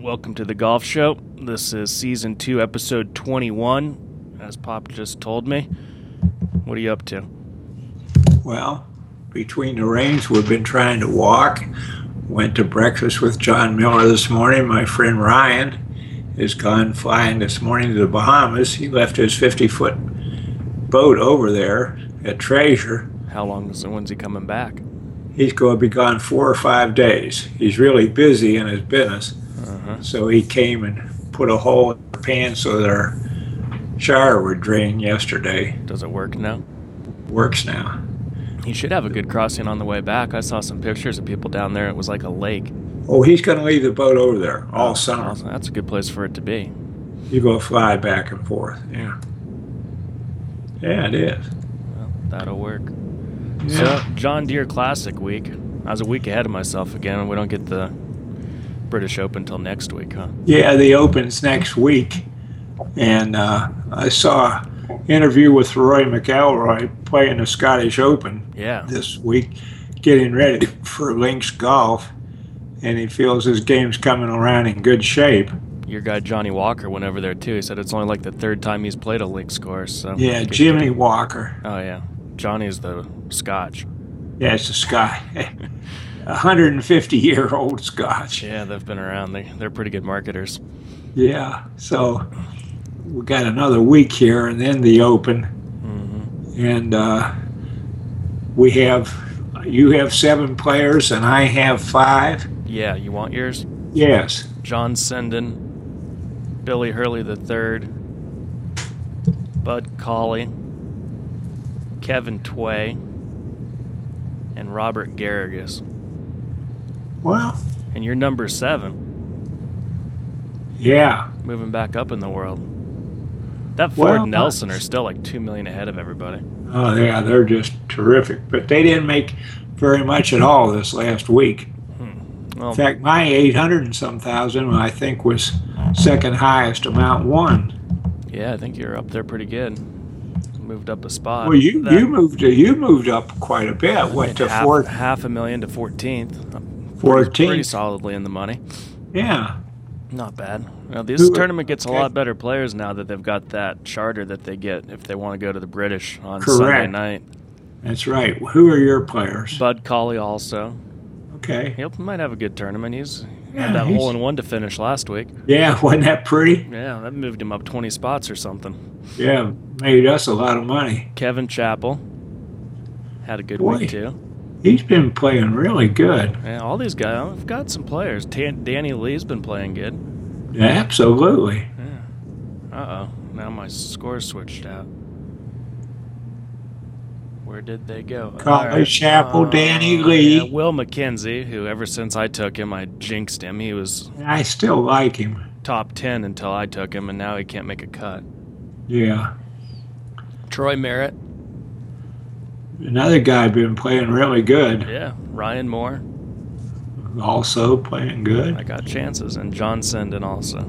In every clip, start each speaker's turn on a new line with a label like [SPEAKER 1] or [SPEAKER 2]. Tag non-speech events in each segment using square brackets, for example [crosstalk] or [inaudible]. [SPEAKER 1] Welcome to the Golf Show. This is season two, episode 21, as Pop just told me. What are you up to?
[SPEAKER 2] Well, between the rains, we've been trying to walk. Went to breakfast with John Miller this morning. My friend Ryan is gone flying this morning to the Bahamas. He left his 50 foot boat over there at Treasure.
[SPEAKER 1] How long is it? When's he coming back?
[SPEAKER 2] He's going to be gone four or five days. He's really busy in his business. So he came and put a hole in the pan so that our shower would drain yesterday.
[SPEAKER 1] Does it work now?
[SPEAKER 2] Works now.
[SPEAKER 1] He should have a good crossing on the way back. I saw some pictures of people down there. It was like a lake.
[SPEAKER 2] Oh, he's going to leave the boat over there all summer.
[SPEAKER 1] Awesome. That's a good place for it to be.
[SPEAKER 2] You go fly back and forth. Yeah. Yeah, it is.
[SPEAKER 1] Well, that'll work.
[SPEAKER 2] Yeah.
[SPEAKER 1] So, John Deere Classic week. I was a week ahead of myself again. We don't get the British Open till next week, huh?
[SPEAKER 2] Yeah, the opens next week, and uh, I saw an interview with Roy McElroy playing the Scottish Open
[SPEAKER 1] Yeah.
[SPEAKER 2] this week, getting ready for Lynx Golf, and he feels his game's coming around in good shape.
[SPEAKER 1] Your guy Johnny Walker went over there too. He said it's only like the third time he's played a links course. So
[SPEAKER 2] Yeah,
[SPEAKER 1] Good-
[SPEAKER 2] Jimmy Walker.
[SPEAKER 1] Oh yeah, Johnny's the Scotch.
[SPEAKER 2] Yeah, it's a Scot, [laughs] a 150 year old Scotch.
[SPEAKER 1] Yeah, they've been around. They they're pretty good marketers.
[SPEAKER 2] Yeah, so we got another week here, and then the Open.
[SPEAKER 1] Mm-hmm.
[SPEAKER 2] and uh, we have you have seven players and I have five.
[SPEAKER 1] Yeah, you want yours?
[SPEAKER 2] Yes,
[SPEAKER 1] John Senden, Billy Hurley the third, Bud Colley, Kevin Tway, and Robert Garrigus.
[SPEAKER 2] well,
[SPEAKER 1] And you're number seven,
[SPEAKER 2] yeah,
[SPEAKER 1] moving back up in the world. That Ford
[SPEAKER 2] Well,
[SPEAKER 1] and Nelson are still like two million ahead of everybody.
[SPEAKER 2] oh yeah, they're just terrific. But they didn't make very much at all this last week.
[SPEAKER 1] Well,
[SPEAKER 2] In fact, my 800 and some thousand I think was second highest amount won.
[SPEAKER 1] Yeah, I think you're up there pretty good. Moved up a spot.
[SPEAKER 2] Well, you
[SPEAKER 1] Uh, That-
[SPEAKER 2] you moved you moved up quite a bit. Went to
[SPEAKER 1] half,
[SPEAKER 2] four,
[SPEAKER 1] half a million to 14th. Pretty
[SPEAKER 2] 14.
[SPEAKER 1] solidly in the money.
[SPEAKER 2] Yeah,
[SPEAKER 1] Not bad. Now, this
[SPEAKER 2] Who-
[SPEAKER 1] tournament gets a
[SPEAKER 2] okay.
[SPEAKER 1] lot better players now that they've got that charter that they get if they want to go to the British on Sunday
[SPEAKER 2] Correct.
[SPEAKER 1] night.
[SPEAKER 2] that's right. Who are your players?
[SPEAKER 1] Bud Colley also.
[SPEAKER 2] Okay.
[SPEAKER 1] He might have a good tournament. He's
[SPEAKER 2] Yeah,
[SPEAKER 1] had that
[SPEAKER 2] he's-
[SPEAKER 1] hole in one to finish last week.
[SPEAKER 2] Yeah, wasn't that pretty?
[SPEAKER 1] Yeah, that moved him up 20 spots or something.
[SPEAKER 2] Yeah, made us a lot of money.
[SPEAKER 1] Kevin Chappell had a good
[SPEAKER 2] Boy.
[SPEAKER 1] week too.
[SPEAKER 2] He's been playing really good.
[SPEAKER 1] Yeah, all these guys. I've got some players. Tan Danny Lee's been playing good.
[SPEAKER 2] Yeah, absolutely.
[SPEAKER 1] Uh oh. Now my score switched out. Where did they go?
[SPEAKER 2] Colin
[SPEAKER 1] All
[SPEAKER 2] Chappell, Danny Lee.
[SPEAKER 1] yeah, Will McKenzie, who ever since I took him, I jinxed him. He was
[SPEAKER 2] And I still like him.
[SPEAKER 1] top 10 until I took him, and now he can't make a cut.
[SPEAKER 2] Yeah.
[SPEAKER 1] Troy Merritt.
[SPEAKER 2] Another guy been playing really good.
[SPEAKER 1] Yeah. Ryan Moore.
[SPEAKER 2] Also playing good.
[SPEAKER 1] I got chances. And John Senden also.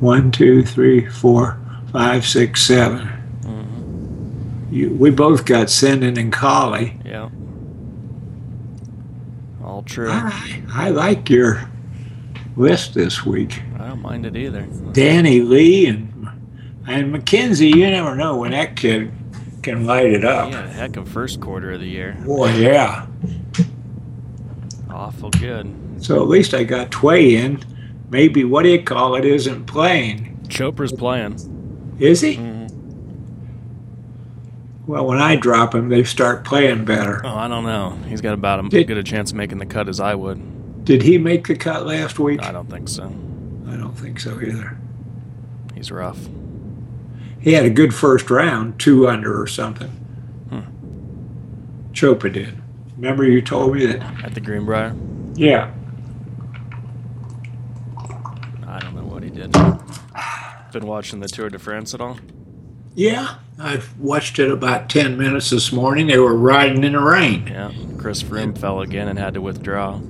[SPEAKER 2] One, two, three, four, five, six, seven.
[SPEAKER 1] Mm-hmm.
[SPEAKER 2] You, we both got Sendon and Collie.
[SPEAKER 1] Yeah. All true.
[SPEAKER 2] All
[SPEAKER 1] I
[SPEAKER 2] right. I like your list this week.
[SPEAKER 1] don't mind it either.
[SPEAKER 2] Danny Lee and and McKenzie, you never know when that kid can light it
[SPEAKER 1] He
[SPEAKER 2] up.
[SPEAKER 1] had a heck of first quarter of the year.
[SPEAKER 2] Boy, yeah.
[SPEAKER 1] Awful good.
[SPEAKER 2] So at least I got Tway in. Maybe what do you call it isn't playing,
[SPEAKER 1] Chopra's playing.
[SPEAKER 2] is he?
[SPEAKER 1] Mm-hmm.
[SPEAKER 2] Well, when I drop him, they start playing better.
[SPEAKER 1] Oh, I don't know. He's got about as
[SPEAKER 2] Did-
[SPEAKER 1] good a chance of making the cut as I would.
[SPEAKER 2] Did he make the cut last week?
[SPEAKER 1] I don't think so.
[SPEAKER 2] I don't think so either.
[SPEAKER 1] He's rough.
[SPEAKER 2] He had a good first round, two under or something. Chopa did. Remember you told me that?
[SPEAKER 1] At the Greenbrier,
[SPEAKER 2] Yeah.
[SPEAKER 1] I don't know what he did. [sighs] Been watching the Tour de France at all?
[SPEAKER 2] Yeah, I watched it about 10 minutes this morning. They were riding in the rain.
[SPEAKER 1] Yeah. Chris Froome fell again and had to withdraw.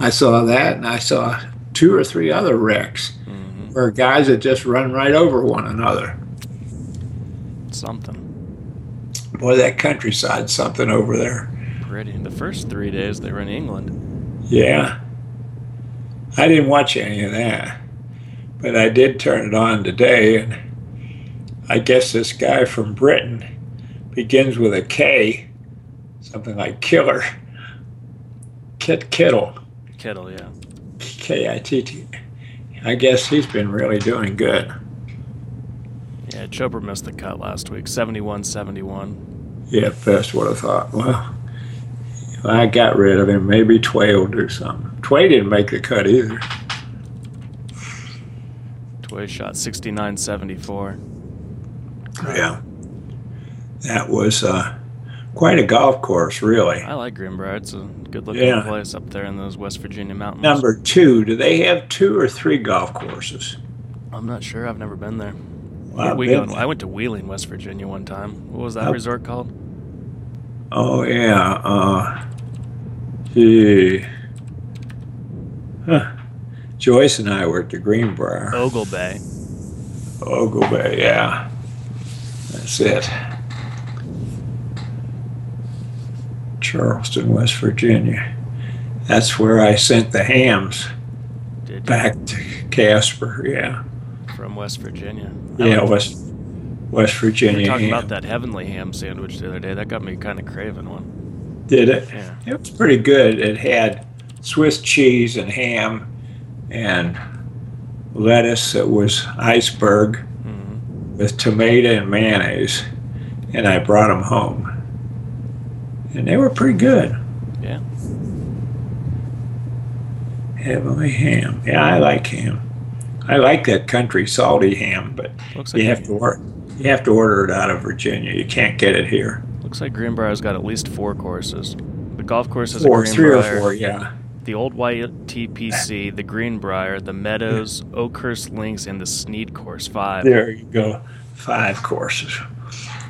[SPEAKER 2] I saw that and I saw two or three other wrecks
[SPEAKER 1] Mhm.
[SPEAKER 2] where guys had just run right over one another.
[SPEAKER 1] Something.
[SPEAKER 2] Boy, that countryside's something over there.
[SPEAKER 1] already. The first three days they were in England.
[SPEAKER 2] Yeah. I didn't watch any of that, but I did turn it on today, and I guess this guy from Britain begins with a K, something like killer. Kit Kittle,
[SPEAKER 1] Kittle, yeah.
[SPEAKER 2] K I T T. I guess he's been really doing good.
[SPEAKER 1] Yeah, Chopra missed the cut last week. 71 71.
[SPEAKER 2] Yeah, first would have thought, well, if I got rid of him. Maybe Tway will do something. Tway didn't make the cut either.
[SPEAKER 1] Tway shot 69 74.
[SPEAKER 2] Yeah. That was uh, quite a golf course, really.
[SPEAKER 1] I like Greenbrier. It's a good looking
[SPEAKER 2] Yeah.
[SPEAKER 1] place up there in those West Virginia mountains.
[SPEAKER 2] Number two, do they have two or three golf courses?
[SPEAKER 1] I'm not sure. I've never been there.
[SPEAKER 2] Well,
[SPEAKER 1] Where'd we
[SPEAKER 2] I've
[SPEAKER 1] go?
[SPEAKER 2] been-
[SPEAKER 1] I went to Wheeling, West Virginia one time. What was that
[SPEAKER 2] Oh.
[SPEAKER 1] resort called?
[SPEAKER 2] Oh yeah. Uh, gee. Huh. Joyce and I were at the Greenbrier.
[SPEAKER 1] Ogle Bay.
[SPEAKER 2] Ogle Bay, yeah. That's it. Charleston, West Virginia. That's where I sent the hams
[SPEAKER 1] Did you?
[SPEAKER 2] back to Casper. Yeah,
[SPEAKER 1] From West Virginia. I
[SPEAKER 2] yeah,
[SPEAKER 1] liked-
[SPEAKER 2] West West
[SPEAKER 1] We were
[SPEAKER 2] Virginia
[SPEAKER 1] Oh. talking
[SPEAKER 2] ham.
[SPEAKER 1] about that heavenly ham sandwich the other day. That got me kind of craving one.
[SPEAKER 2] Did it?
[SPEAKER 1] Yeah.
[SPEAKER 2] It was pretty good. It had Swiss cheese and ham and lettuce that was iceberg
[SPEAKER 1] hmm
[SPEAKER 2] with tomato and mayonnaise. And I brought them home. And they were pretty good.
[SPEAKER 1] Yeah.
[SPEAKER 2] Heavenly ham. Yeah, I like ham. I like that country salty ham, but
[SPEAKER 1] Looks like
[SPEAKER 2] you have to order. You have to order it out of Virginia. You can't get it here.
[SPEAKER 1] looks like Greenbrier's got at least four courses. The golf courses
[SPEAKER 2] Or
[SPEAKER 1] at
[SPEAKER 2] three or
[SPEAKER 1] Greenbrier,
[SPEAKER 2] four, yeah.
[SPEAKER 1] the Old White TPC, the Greenbrier, the Meadows, Oakhurst Links, and the Sneed Course Five.
[SPEAKER 2] There you go. Five courses.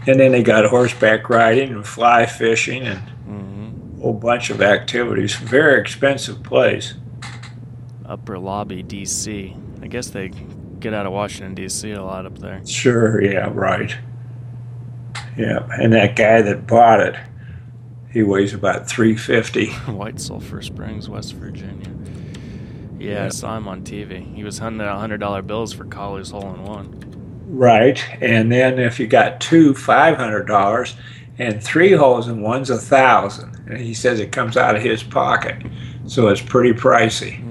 [SPEAKER 2] And then they got horseback riding and fly fishing and
[SPEAKER 1] hmm
[SPEAKER 2] a whole bunch of activities. Very expensive place.
[SPEAKER 1] Upper Lobby, D.C. I guess they get out of Washington D.C. a lot up there.
[SPEAKER 2] Sure, yeah, right. Yeah, and that guy that bought it, he weighs about
[SPEAKER 1] [laughs]
[SPEAKER 2] 350.
[SPEAKER 1] White Sulphur Springs, West Virginia. Yeah, I
[SPEAKER 2] Yeah.
[SPEAKER 1] saw him on TV. He was hunting out hundred dollar bills for Collie's hole in one.
[SPEAKER 2] Right. And then if you got two, $500 and three holes in one's a thousand. And he says it comes out of his pocket. So it's pretty pricey.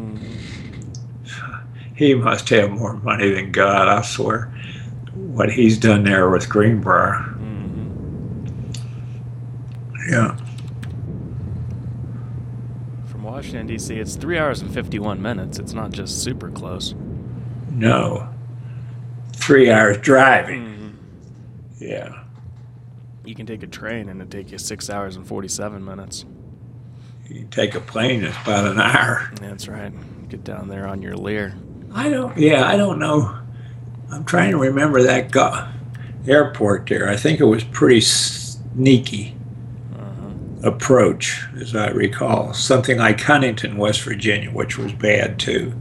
[SPEAKER 2] he must have more money than God, I swear. What he's done there with Greenbrier.
[SPEAKER 1] Mm-hmm.
[SPEAKER 2] Yeah.
[SPEAKER 1] From Washington D.C., it's three hours and fifty-one minutes. It's not just super close.
[SPEAKER 2] No. Three hours driving. Yeah.
[SPEAKER 1] You can take a train and it take you six hours and forty-seven minutes.
[SPEAKER 2] You take a plane, it's about an hour.
[SPEAKER 1] That's right. Get down there on your Lear.
[SPEAKER 2] I don't, yeah, I don't know. I'm trying to remember that go- airport there. I think it was pretty sneaky
[SPEAKER 1] Uh-huh.
[SPEAKER 2] approach, as I recall. Something like Huntington, West Virginia, which was bad too.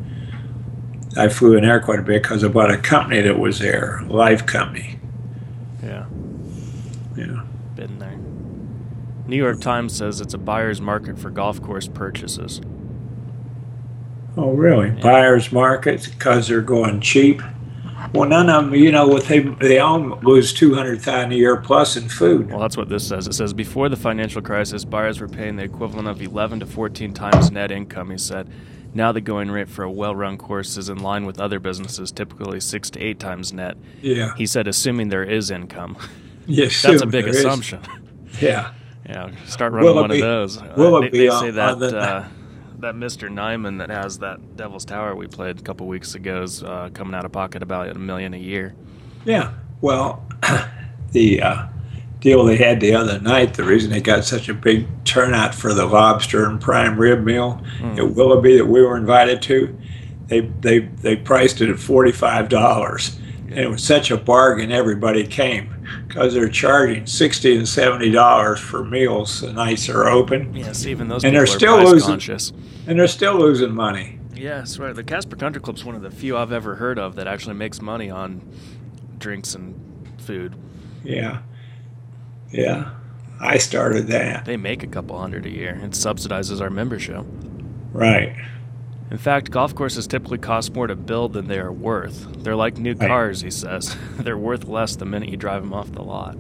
[SPEAKER 2] I flew in there quite a bit because I bought a company that was there, Life Company.
[SPEAKER 1] Yeah,
[SPEAKER 2] Yeah.
[SPEAKER 1] been there. New York Times says it's a buyer's market for golf course purchases.
[SPEAKER 2] Oh, really? Buyers markets because they're going cheap. Well, none of them, you know, what they they all lose two hundred thousand a year plus in food.
[SPEAKER 1] Well, that's what this says. It says before the financial crisis, buyers were paying the equivalent of 11 to 14 times net income, he said. Now the going rate for a well-run course is in line with other businesses, typically 6 to 8 times net.
[SPEAKER 2] Yeah.
[SPEAKER 1] He said assuming there is
[SPEAKER 2] [laughs]
[SPEAKER 1] income.
[SPEAKER 2] Yes.
[SPEAKER 1] That's a
[SPEAKER 2] sure,
[SPEAKER 1] big
[SPEAKER 2] there is.
[SPEAKER 1] assumption. [laughs]
[SPEAKER 2] Yeah.
[SPEAKER 1] Yeah, start running one
[SPEAKER 2] Willoughby-
[SPEAKER 1] of those. Uh,
[SPEAKER 2] Willoughby
[SPEAKER 1] they, they
[SPEAKER 2] on-
[SPEAKER 1] say
[SPEAKER 2] on
[SPEAKER 1] that
[SPEAKER 2] the-
[SPEAKER 1] uh, that Mr. Nyman that has that Devil's Tower we played a couple weeks ago is uh, coming out of pocket about a million a year.
[SPEAKER 2] Yeah. Well, [clears throat] the uh, deal they had the other night, the reason they got such a big turnout for the lobster and prime rib meal at Willoughby that we were invited to, they they they priced it at forty five dollars. And it was such a bargain, everybody came because they're charging sixty and seventy dollars for meals the nights are open,
[SPEAKER 1] Yes, even those
[SPEAKER 2] And
[SPEAKER 1] people
[SPEAKER 2] they're
[SPEAKER 1] are
[SPEAKER 2] still
[SPEAKER 1] price
[SPEAKER 2] losing-
[SPEAKER 1] conscious.
[SPEAKER 2] and they're still losing money.
[SPEAKER 1] Yes, right. The Casper Country Club's one of the few I've ever heard of that actually makes money on drinks and food.
[SPEAKER 2] Yeah, yeah. I started that.
[SPEAKER 1] They make a couple hundred a year. It subsidizes our membership.
[SPEAKER 2] Right.
[SPEAKER 1] In fact, golf courses typically cost more to build than they are worth. They're like new
[SPEAKER 2] Right.
[SPEAKER 1] cars, he says. [laughs] They're worth less the minute you drive them off the lot.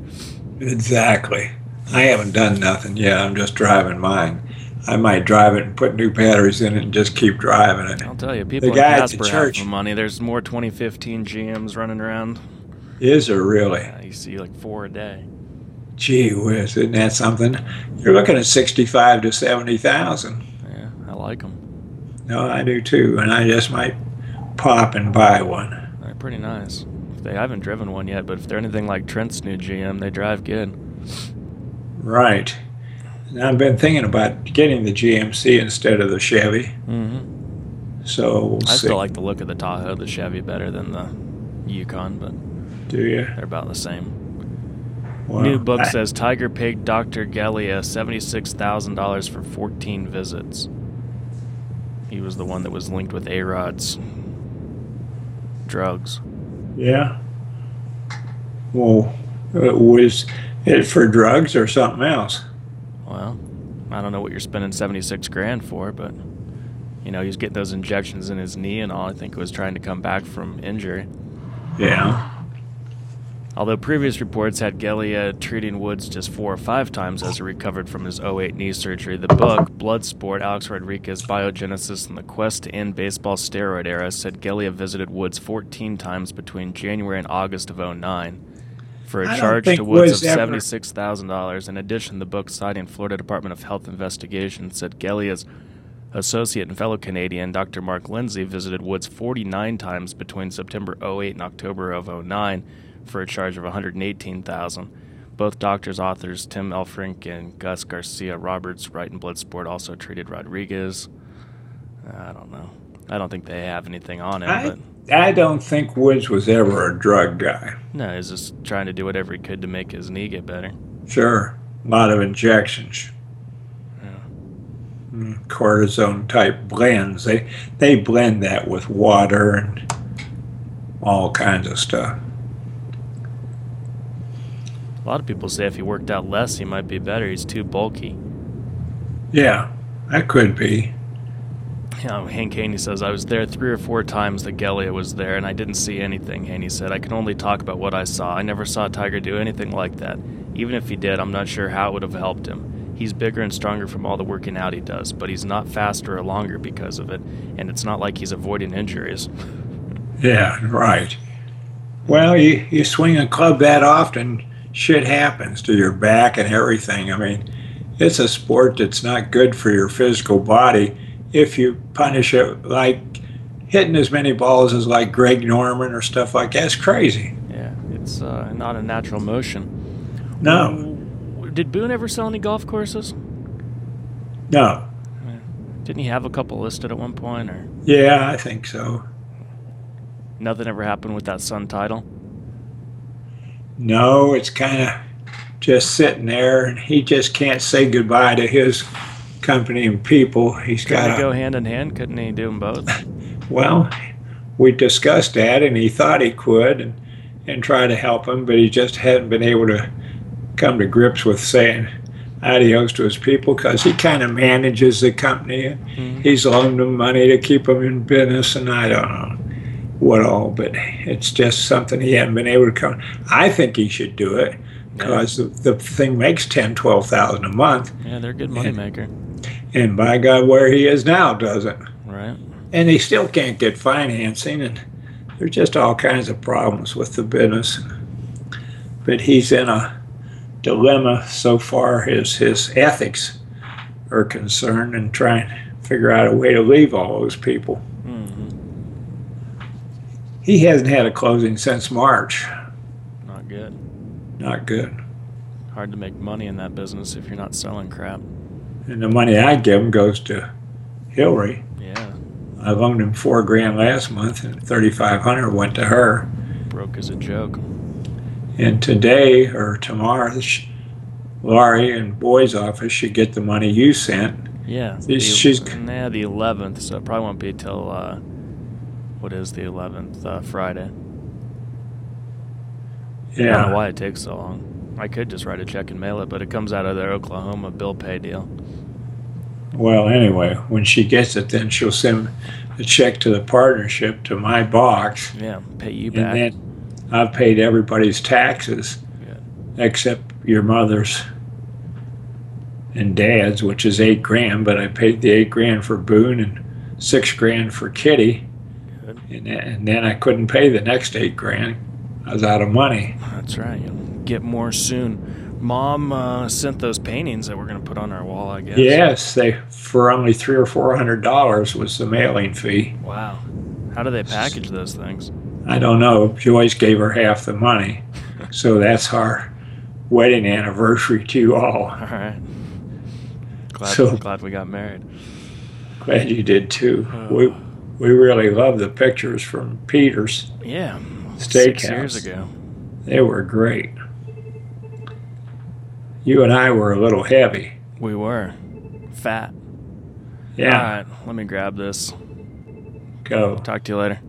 [SPEAKER 2] Exactly. I haven't done nothing yet. I'm just driving mine. I might drive it and put new batteries in it and just keep driving it.
[SPEAKER 1] I'll tell you, people in
[SPEAKER 2] guy at the
[SPEAKER 1] Casper have
[SPEAKER 2] church-
[SPEAKER 1] the money. There's more 2015 GMs running around.
[SPEAKER 2] Is there really?
[SPEAKER 1] Yeah, you see like four a day.
[SPEAKER 2] Gee whiz, isn't that something? You're looking at sixty-five to seventy thousand.
[SPEAKER 1] Yeah, I like them.
[SPEAKER 2] No, I do too, and I just might pop and buy one.
[SPEAKER 1] They're pretty nice. They I haven't driven one yet, but if they're anything like Trent's new GM, they drive good.
[SPEAKER 2] Right. And I've been thinking about getting the GMC instead of the Chevy.
[SPEAKER 1] hmm
[SPEAKER 2] So we'll
[SPEAKER 1] I
[SPEAKER 2] see.
[SPEAKER 1] still like the look of the Tahoe, the Chevy, better than the Yukon, but
[SPEAKER 2] do you?
[SPEAKER 1] they're about the same.
[SPEAKER 2] Well,
[SPEAKER 1] New book
[SPEAKER 2] I-
[SPEAKER 1] says Tiger paid Dr. Gallia $76,000 for 14 visits. He was the one that was linked with A Rod's drugs.
[SPEAKER 2] Yeah. Well, it was it for drugs or something else?
[SPEAKER 1] Well, I don't know what you're spending 76 grand for, but you know, he's getting those injections in his knee and all. I think he was trying to come back from injury.
[SPEAKER 2] Yeah.
[SPEAKER 1] Although previous reports had Gellia treating Woods just four or five times as he recovered from his 08 knee surgery, the book, Bloodsport, Alex Rodriguez, Biogenesis, and the Quest to End Baseball Steroid Era said Gellia visited Woods 14 times between January and August of 09 for
[SPEAKER 2] I
[SPEAKER 1] a
[SPEAKER 2] don't
[SPEAKER 1] charge
[SPEAKER 2] think
[SPEAKER 1] to Woods
[SPEAKER 2] Woods
[SPEAKER 1] of
[SPEAKER 2] ever-
[SPEAKER 1] $76,000. In addition, the book citing Florida Department of Health investigation said Gellia's associate and fellow Canadian Dr. Mark Lindsay visited Woods 49 times between September 08 and October of 09 for a charge of 118,000. Both doctors, authors Tim Elfrink and Gus Garcia Roberts, Wright and Bloodsport, also treated Rodriguez. I don't know. I don't think they have anything on him,
[SPEAKER 2] I
[SPEAKER 1] but
[SPEAKER 2] I don't think Woods was ever a drug guy.
[SPEAKER 1] no, he's just trying to do whatever he could to make his knee get better.
[SPEAKER 2] Sure, a lot of injections.
[SPEAKER 1] Yeah.
[SPEAKER 2] Mm, Cortisone type blends. They they blend that with water and all kinds of stuff.
[SPEAKER 1] A lot of people say if he worked out less, he might be better. He's too bulky.
[SPEAKER 2] Yeah, that could be.
[SPEAKER 1] You know, Hank Haney says, I was there three or four times that Gellia was there, and I didn't see anything. Haney said, I can only talk about what I saw. I never saw Tiger do anything like that. Even if he did, I'm not sure how it would have helped him. He's bigger and stronger from all the working out he does, but he's not faster or longer because of it, and it's not like he's avoiding injuries.
[SPEAKER 2] Yeah, right. Well, you, you swing a club that often, shit happens to your back and everything. I mean, it's a sport that's not good for your physical body if you punish it like hitting as many balls as like Greg Norman or stuff like that. It's crazy.
[SPEAKER 1] Yeah, it's uh, not a natural motion.
[SPEAKER 2] No,
[SPEAKER 1] Did Boone ever sell any golf courses?
[SPEAKER 2] no.
[SPEAKER 1] Didn't he have a couple listed at one point, or
[SPEAKER 2] Yeah, I think so.
[SPEAKER 1] nothing ever happened with that Sun title?
[SPEAKER 2] No, it's kind of just sitting there, and he just can't say goodbye to his company and people. He's
[SPEAKER 1] Couldn't
[SPEAKER 2] got
[SPEAKER 1] they
[SPEAKER 2] to
[SPEAKER 1] go hand in hand? Couldn't he do them both?
[SPEAKER 2] Well, we discussed that, and he thought he could and, and try to help him, but he just hadn't been able to come to grips with saying adios to his people because he kind of manages the company.
[SPEAKER 1] Mhm.
[SPEAKER 2] He's loaned them money to keep them in business, and I don't know what all, but it's just something he hadn't been able to come. I think he should do it because the, the thing makes ten, twelve thousand a month,
[SPEAKER 1] Yeah, they're a good moneymaker,
[SPEAKER 2] and by God, where he is now doesn't
[SPEAKER 1] right?
[SPEAKER 2] and they still can't get financing and there's just all kinds of problems with the business but he's in a dilemma so far as his ethics are concerned and trying to figure out a way to leave all those people Mm-hmm.
[SPEAKER 1] hmm
[SPEAKER 2] he hasn't had a closing since march
[SPEAKER 1] Not good.
[SPEAKER 2] not good
[SPEAKER 1] Hard to make money in that business if you're not selling crap.
[SPEAKER 2] and the money i give him goes to hillary
[SPEAKER 1] Yeah,
[SPEAKER 2] i loaned him four grand last month and 3500 went to her
[SPEAKER 1] broke as a joke.
[SPEAKER 2] And today or tomorrow, sh- Laurie and Boy's office should get the money you sent.
[SPEAKER 1] Yeah,
[SPEAKER 2] See, she's-
[SPEAKER 1] nah, the 11th, so it probably won't be till uh, what is the 11th? Uh, Friday. I don't know
[SPEAKER 2] Yeah.
[SPEAKER 1] why it takes so long. I could just write a check and mail it, but it comes out of their Oklahoma bill pay deal.
[SPEAKER 2] Well, anyway, when she gets it, then she'll send the check to the partnership to my box,
[SPEAKER 1] Yeah, pay you
[SPEAKER 2] and
[SPEAKER 1] back.
[SPEAKER 2] then I've paid everybody's taxes
[SPEAKER 1] Good.
[SPEAKER 2] except your mother's and dad's, which is eight grand. But I paid the eight grand for Boone and six grand for Kitty,
[SPEAKER 1] Good.
[SPEAKER 2] and then, and then I couldn't pay the next eight grand. I was out of money.
[SPEAKER 1] That's right. You'll get more soon. Mom uh, sent those paintings that we're gonna put on our wall. I guess.
[SPEAKER 2] Yes, they for only three or four hundred dollars was the mailing fee.
[SPEAKER 1] Wow. How do they package those things?
[SPEAKER 2] I don't know. Joyce gave her half the money. So that's our wedding anniversary to
[SPEAKER 1] All
[SPEAKER 2] all.
[SPEAKER 1] right. Glad,
[SPEAKER 2] So-
[SPEAKER 1] glad we got married.
[SPEAKER 2] Glad you did too. We we really love the pictures from Peters.
[SPEAKER 1] Yeah. Six
[SPEAKER 2] Steakhouse.
[SPEAKER 1] years ago.
[SPEAKER 2] They were great. You and I were a little heavy.
[SPEAKER 1] We were fat.
[SPEAKER 2] Yeah.
[SPEAKER 1] All right. Let me grab this.
[SPEAKER 2] Go.
[SPEAKER 1] Talk to you later.